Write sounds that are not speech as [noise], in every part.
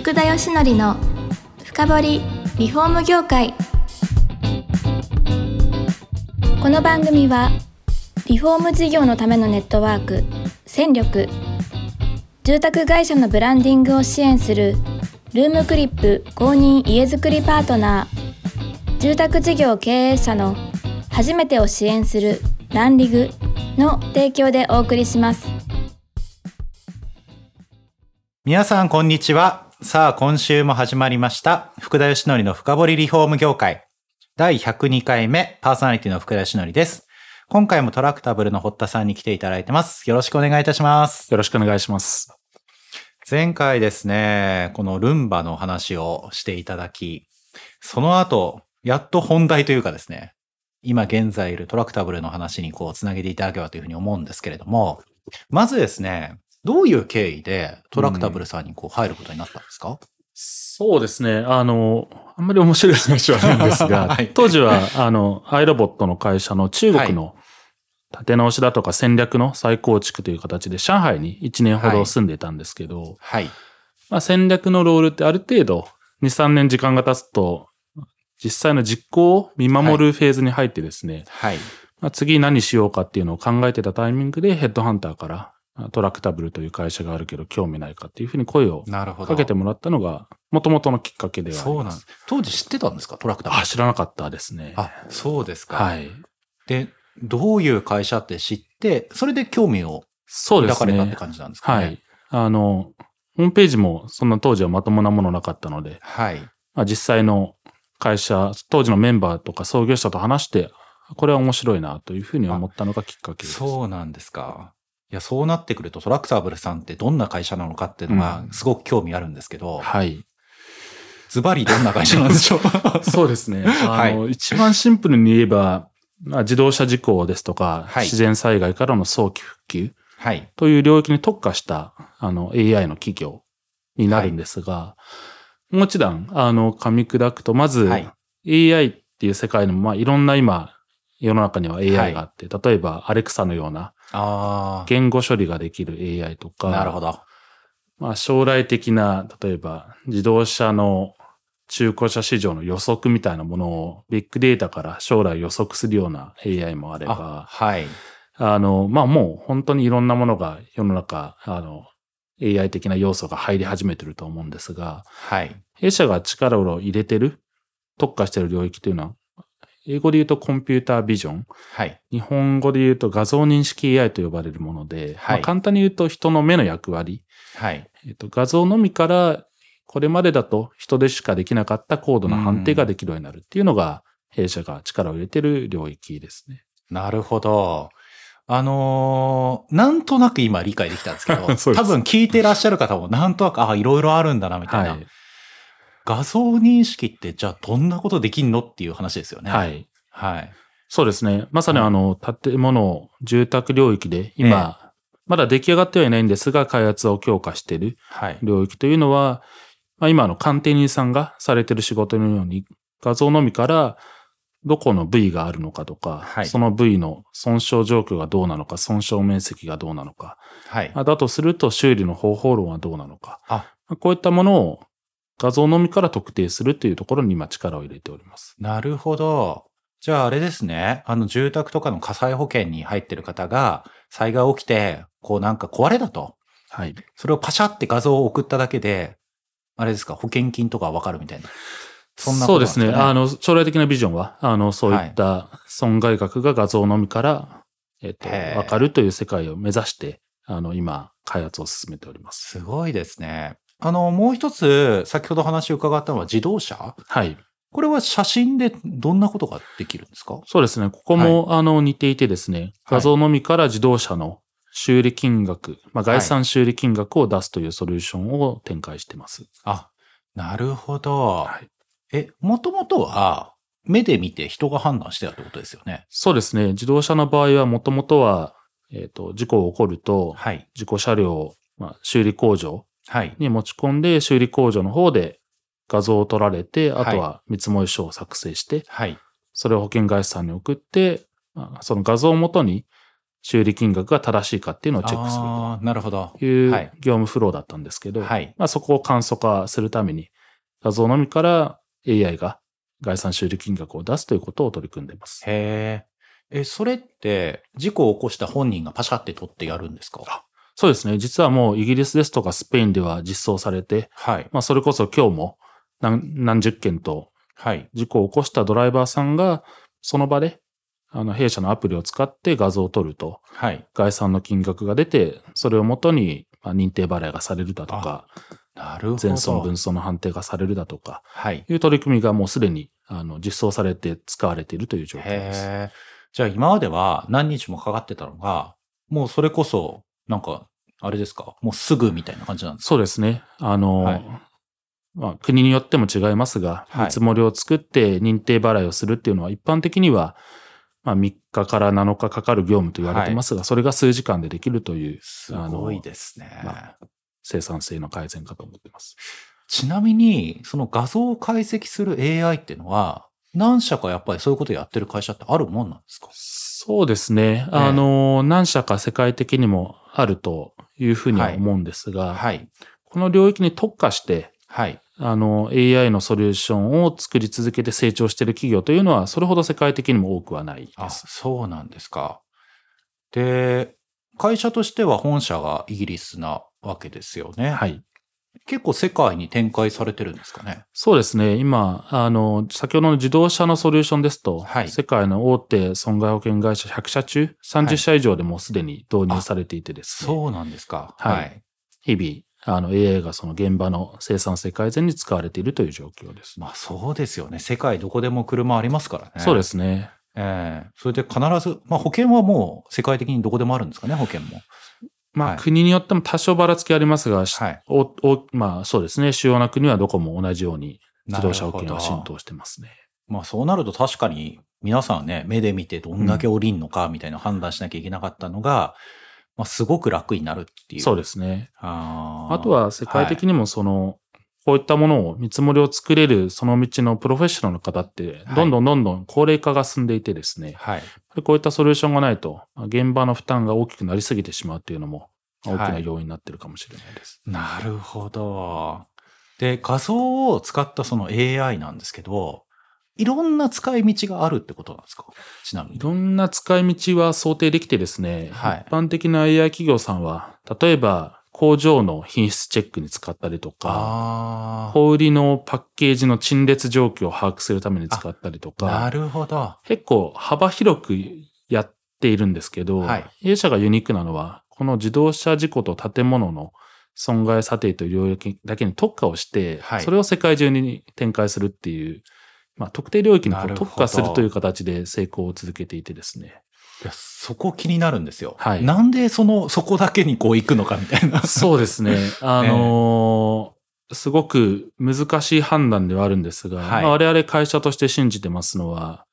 福田義則の深掘りリフォーム業界この番組はリフォーム事業のためのネットワーク戦力住宅会社のブランディングを支援するルームクリップ公認家づくりパートナー住宅事業経営者の初めてを支援するランリグの提供でお送りします皆さん、こんにちは。さあ、今週も始まりました。福田義則の深掘りリフォーム業界。第102回目、パーソナリティの福田義則です。今回もトラクタブルの堀田さんに来ていただいてます。よろしくお願いいたします。よろしくお願いします。前回ですね、このルンバの話をしていただき、その後、やっと本題というかですね、今現在いるトラクタブルの話にこう、つなげていただければというふうに思うんですけれども、まずですね、どういう経緯でトラクタブルさんにこう入ることになったんですか、うん、そうですね。あの、あんまり面白い話はないんで [laughs] すが、はい、当時は、あの、アイロボットの会社の中国の立て直しだとか戦略の再構築という形で上海に1年ほど住んでいたんですけど、はい。まあ、戦略のロールってある程度2、3年時間が経つと、実際の実行を見守るフェーズに入ってですね、はい。まあ、次何しようかっていうのを考えてたタイミングでヘッドハンターからトラクタブルという会社があるけど興味ないかっていうふうに声をかけてもらったのが、もともとのきっかけではあります。そうなん当時知ってたんですかトラクタブル。あ、知らなかったですね。あ、そうですか。はい。で、どういう会社って知って、それで興味を抱かれたって感じなんですかね。ねはい。あの、ホームページもそんな当時はまともなものなかったので、はい。まあ、実際の会社、当時のメンバーとか創業者と話して、これは面白いなというふうに思ったのがきっかけです。そうなんですか。いや、そうなってくるとトラクタブルさんってどんな会社なのかっていうのがすごく興味あるんですけど、うん、はい。ズバリどんな会社なんで [laughs] しょうそうです [laughs] ね。あの、はい、一番シンプルに言えば、まあ、自動車事故ですとか、はい、自然災害からの早期復旧という領域に特化した、あの、AI の企業になるんですが、はい、もちろん、あの、噛み砕くと、まず、AI っていう世界の、まあ、いろんな今、世の中には AI があって、例えば、アレクサのような、あ言語処理ができる AI とか。なるほど。まあ将来的な、例えば自動車の中古車市場の予測みたいなものをビッグデータから将来予測するような AI もあれば、はい。あの、まあもう本当にいろんなものが世の中、あの、AI 的な要素が入り始めてると思うんですが、はい。弊社が力を入れてる、特化してる領域というのは、英語で言うとコンピュータービジョン。はい。日本語で言うと画像認識 AI と呼ばれるもので、はい、まあ、簡単に言うと人の目の役割。はい。えっと、画像のみから、これまでだと人でしかできなかった高度な判定ができるようになるっていうのが、弊社が力を入れてる領域ですね。なるほど。あのー、なんとなく今理解できたんです [laughs] けど多分聞いてらっしゃる方もなんとなく、あ、いろいろあるんだな、みたいな。はい画像認識ってじゃあどんなことできんのっていう話ですよね。はい。はい。そうですね。まさにあの、建物、住宅領域で今、ええ、まだ出来上がってはいないんですが、開発を強化している領域というのは、はい、まあ、今の鑑定人さんがされてる仕事のように、画像のみからどこの部位があるのかとか、はい、その部位の損傷状況がどうなのか、損傷面積がどうなのか、はい、だとすると修理の方法論はどうなのか、あこういったものを画像のみから特定するというところに今力を入れております。なるほど。じゃああれですね。あの住宅とかの火災保険に入ってる方が災害起きて、こうなんか壊れだと。はい。それをパシャって画像を送っただけで、あれですか、保険金とかわかるみたいな。そんなことなんですね。そうですね。あの、将来的なビジョンは、あの、そういった損害額が画像のみから、はい、えっと、わかるという世界を目指して、あの、今、開発を進めております。すごいですね。あの、もう一つ、先ほど話を伺ったのは自動車。はい。これは写真でどんなことができるんですかそうですね。ここも、はい、あの、似ていてですね、画像のみから自動車の修理金額、はい、まあ、概算修理金額を出すというソリューションを展開してます。はい、あ、なるほど。え、もともとは、目で見て人が判断してたってことですよね。そうですね。自動車の場合は、もともとは、えっ、ー、と、事故を起こると、はい、事故車両、まあ、修理工場はい。に持ち込んで、修理工場の方で画像を取られて、あとは見積もり書を作成して、はい。それを保険会社さんに送って、その画像をもとに修理金額が正しいかっていうのをチェックするあーなるほど。というは業い務フローだったんですけど、はい。まあ、そこを簡素化するために、画像のみから AI が概算修理金額を出すということを取り組んでいます。へえ。え、それって、事故を起こした本人がパシャって取ってやるんですかそうですね。実はもうイギリスですとかスペインでは実装されて、はい。まあ、それこそ今日も何何十件とはい。事故を起こしたドライバーさんが、その場で、あの、弊社のアプリを使って画像を取ると、はい。概算の金額が出て、それをもとに、まあ認定払いがされるだとか、なるほど。全損分損の判定がされるだとか、はい。いう取り組みがもうすでに、あの、実装されて使われているという状況です。へえ。じゃあ今までは何日もかかってたのが、もうそれこそ、なんか、あれですかもうすぐみたいな感じなんですかそうですね。あの、はいまあ、国によっても違いますが、はい見積もりを作って認定払いをするっていうのは一般的には、まあ、3日から7日かかる業務と言われてますが、それが数時間でできるというすあのごいですね。ま生産性の改善かと思っています。ちなみに、その画像を解析する AI っていうのは、何社かやっぱりそういうことやってる会社ってあるもんなんですかそうですね。あの、何社か世界的にもあるというふうには思うんですが、はい。この領域に特化して、はい。あの、AI のソリューションを作り続けて成長している企業というのは、それほど世界的にも多くはないであ、す。そうなんですか。で、会社としては本社がイギリスなわけですよね。はい。結構世界に展開されてるんですかね。そうですね。今、あの、先ほどの自動車のソリューションですと、はい世界の大手損害保険会社100社中、は30い社以上でもうすでに導入されていてですね、そうなんですか。はいい日々、あの、AI がその現場の生産性改善に使われているという状況です。まあそうですよね。世界どこでも車ありますからね。。そうですすね。ええそれで必ず、まあ保険はもう世界的にどこでもあるんですかね、保険も。まあ、はい国によっても多少ばらつきありますが、しはいおおまあ、そうですね。主要な国はどこも同じように自動車保険なはるほど浸透してますね。まあそうなると確かに皆さんね、目で見てどんだけ降りんのかみたいな判断しなきゃいけなかったのが、まあすごく楽になるっていう。そううですね。あーあと、は世界的にもその、こういったものを見積もりを作れるその道のプロフェッショナルの方ってはい、どんどんどんどん高齢化が進んでいてですね、はい。でこういったソリューションがないと、まあ現場の負担が大きくなりすぎてしまうっていうのも、まあ大きはない要因になってるかもしれないです。なるほど。で、画像を使ったその AI なんですけど、いろんな使い道があるってことなんですかちなみいに。ろんな使い道は想定できてですね、はい一般的な AI 企業さんは、例えば工場の品質チェックに使ったりとか、あー小売りのパッケージの陳列状況を把握するために使ったりとなか、るほど。結構幅広くやっているんですけど、はい A 社がユニークなのは、この自動車事故と建物の損害査定という領域だけに特化をして、はいそれを世界中に展開するっていう、まあ、特定領域にこなるうほど特化するという形で成功を続けていてですね。いやそこ気になるんですよ。はいなんでその、そこだけにこう行くのかみたいな。そうで [laughs] すね。あのーすごく難しい判断ではあるんですが、はいまあ我々会社として信じてますのは、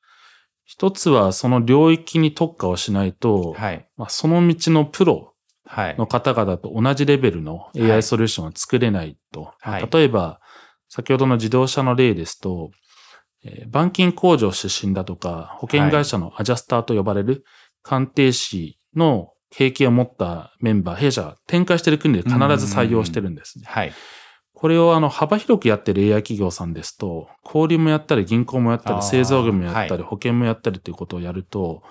一つはその領域に特化をしないと、はい。まあ、その道のプロはい。の方々と同じレベルのはい AI ソリューションを作れないと。はいまあ例えば、先ほどの自動車の例ですと、えー板金工場出身だとか、保険会社のアジャスターと呼ばれる鑑定士の経験を持ったメンバー、弊社、展開している国で必ず採用してるんですね。はい。これをあの、幅広くやってる AI 企業さんですと、小売もやったり、銀行もやったあーり、製造業もやったはり、保険もやったりということをやると、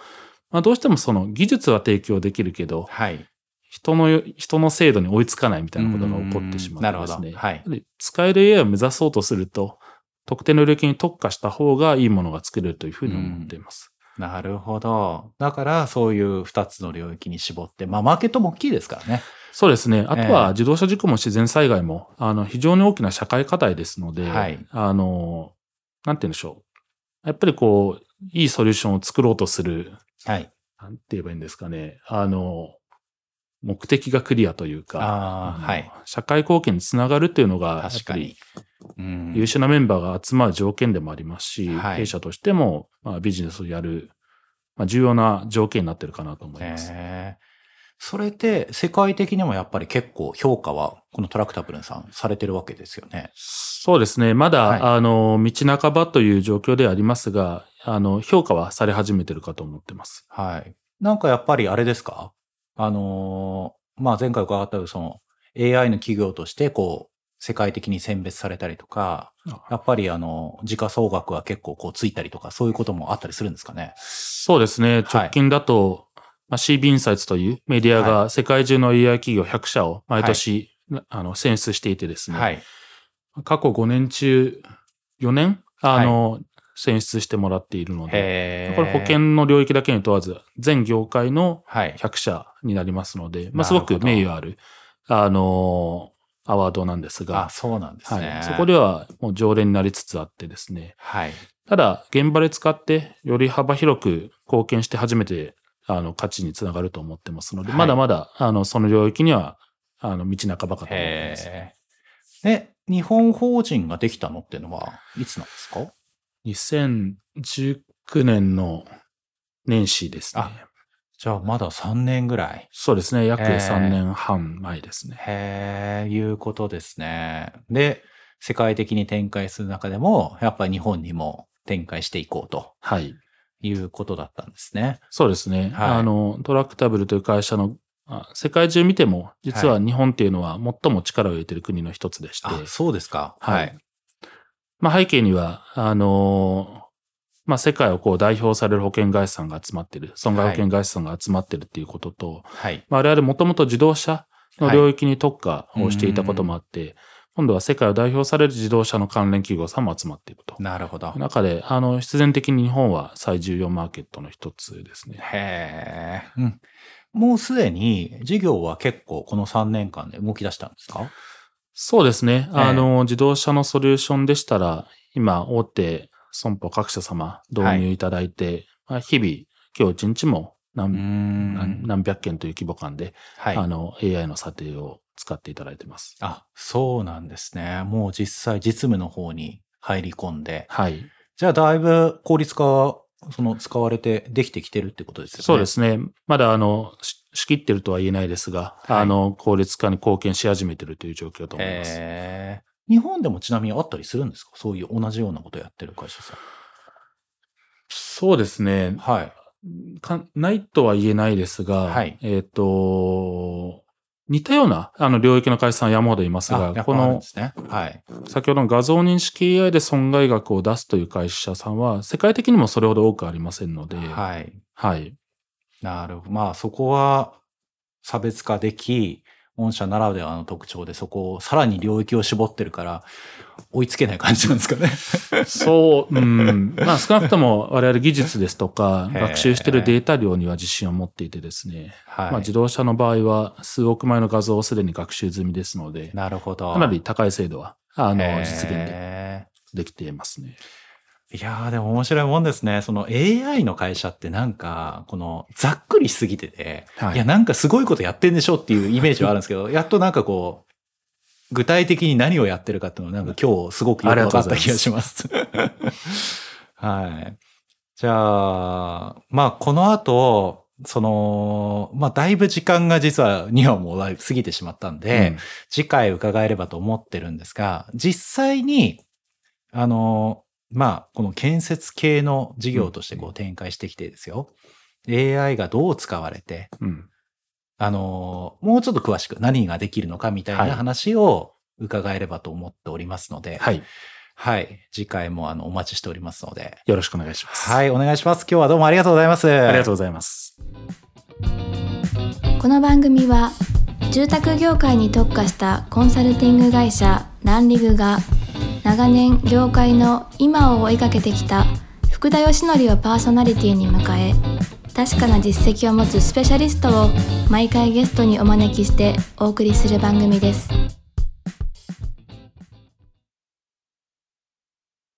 まあどうしてもその技術は提供できるけど、はい。人の、人の精度に追いつかないみたいなことが起こってしまなうるんほですど。ね。はい。で使える AI を目指そうとすると、特定の領域に特化した方がいいものが作れるというふうに思っています。なるほど。だから、そういう二つの領域に絞って、まあ、マーケットも大きいですからね。そうですね。あとええは自動車事故も自然災害も、あの、非常に大きな社会課題ですので、はいあの、なんて言うんでしょう。やっぱりこう、いいソリューションを作ろうとする、はい。なんて言えばいいんですかね。あの、目的がクリアというか、あああ、のはい。社会貢献につながるというのが、確かに。。うん優秀なメンバーが集まる条件でもありますし、はい弊社としても、まあ、ビジネスをやる、まあ、重要な条件になってるかなと思います。へえそれで、世界的にもやっぱり結構評価は、このトラクタブルさんされてるわけですよね。そうですね。まだ、はいあの、道半ばという状況ではありますが、あの、評価はされ始めてるかと思ってます。はい。なんかやっぱりあれですかあのーまあ、前回伺ったようにその AI の企業としてこう、世界的に選別されたりとか、やっぱりあの、時価総額は結構こうついたりとか、そういうこともあったりするんですかね。そうですね。直近だと、まあ、CB インサイツというメディアが世界中の AI 企業100社を毎年、あの選出していてですね、はい。過去5年中4年あの、選出してもらっているので、へーこれ保険。の領域だけに問わず、全業界のはい。 100社になりますので、まなあ、するごほどく名誉ある、あのアワードなんですあ、が、そうなんですね。はい、そこではもう常連になりつつあってですね、はい。ただ、現場で使って、より幅広く貢献して初めて、あの、価値につながると思ってますので、はいまだまだ、あの、その領域には、あの、道半ばかと思います。へえ。で、日本法人ができたのっていうのは、いつなんですか2019年の年始ですね。あじゃあ、まだ3年ぐらい。そうですね。約へえ3年半前ですね。へえ、いうことですね。で、世界的に展開する中でも、やっぱり日本にも展開していこうとはい。いうことだったんですね。そうですね。はいあの、トラクタブルという会社の、あ世界中見ても、実は日本っていうのは最も力を入れている国の一つでして、あ、そうですか。はい。。まあ、背景には、あのーまあ、世界をこう代表される保険会社さんが集まってる、損害保険会社さんが集まってるっていうことと、はい。まあ、我々もともと自動車の領域に特化をしていたこともあって、今度は世界を代表される自動車の関連企業さんも集まっていると。なるほど。中で、あの、必然的に日本は最重要マーケットの一つですね。へえ。うん。もうすでに事業は結構この3年間で動き出したんですかそうですね。ええあの、自動車のソリューションでしたら、今、大手損保各社様導入いただいて、まあ、日々、今日一日もうー何,何、ん。何百件という規模感で、はい。あの、AI の査定を使っていただいてます。あ、そうなんですね。もう実際実務の方に入り込んで。はい。じゃあだいぶ効率化は、その使われてできてきてるってことですよね。そうで。すね。まだ、あの、し仕切ってるとは言えないですが、はいあの、効率化に貢献し始めてるという状況だと思います。へえ。日本でもちなみにあったりするんですかそういう同じようなことやってる会社さん。そうですね。はい。かないとは言えないですが、はいえっ、と、似たようなあの領域の会社さん山ほどいますあ、やが、っぱこあるんのですね。はい。先ほどの画像認識 AI で損害額を出すという会社さんは、世界的にもそれほど多くありませんので、はい。はい。なるほど。まあそこは差別化でき、御社ならではの特徴でそこをさらに領域を絞ってるから追いつけない感じなんです [laughs] かね。そう、うん。 [laughs] まあ少なくとも我々技術ですとか、へー学習しているデータ量には自信を持っていてですね、はい。まあ自動車の場合は数億枚の画像をすでに学習済みですので、なるほど。かなり高い精度は、あの、へー実現でできていますね。いやーでも面白いもんですね。その AI の会社ってなんか、このざっくりしすぎてて、はいいや、なんかすごいことやってんでしょっていうイメージはあるんですけ [laughs] ど、やっとなんかこう、具体的に何をやってるかっていうのはなんか今日すごくよく分かった気がします。 [laughs] はい。じゃあ、まあこの後、その、まあだいぶ時間が実は2話もだいぶ過ぎてしまったんで、うん次回伺えればと思ってるんですが、実際に、あの、まあ、この建設系の事業としてこう展開してきてですよ。AI がどう使われて、うん。あの、もうちょっと詳しく何ができるのかみたいはいな話を伺えればと思っておりますので、はい。はい。次回もあのお待ちしておりますので、よろしくお願いします。はい、お願いします。今日はどうもありがとうございます。ありがとうございます。この番組は住宅業界に特化したコンサルティング会社ランリグが長年業界の今を追いかけてきた福田義則をパーソナリティに迎え確かな実績を持つスペシャリストを毎回ゲストにお招きしてお送りする番組です。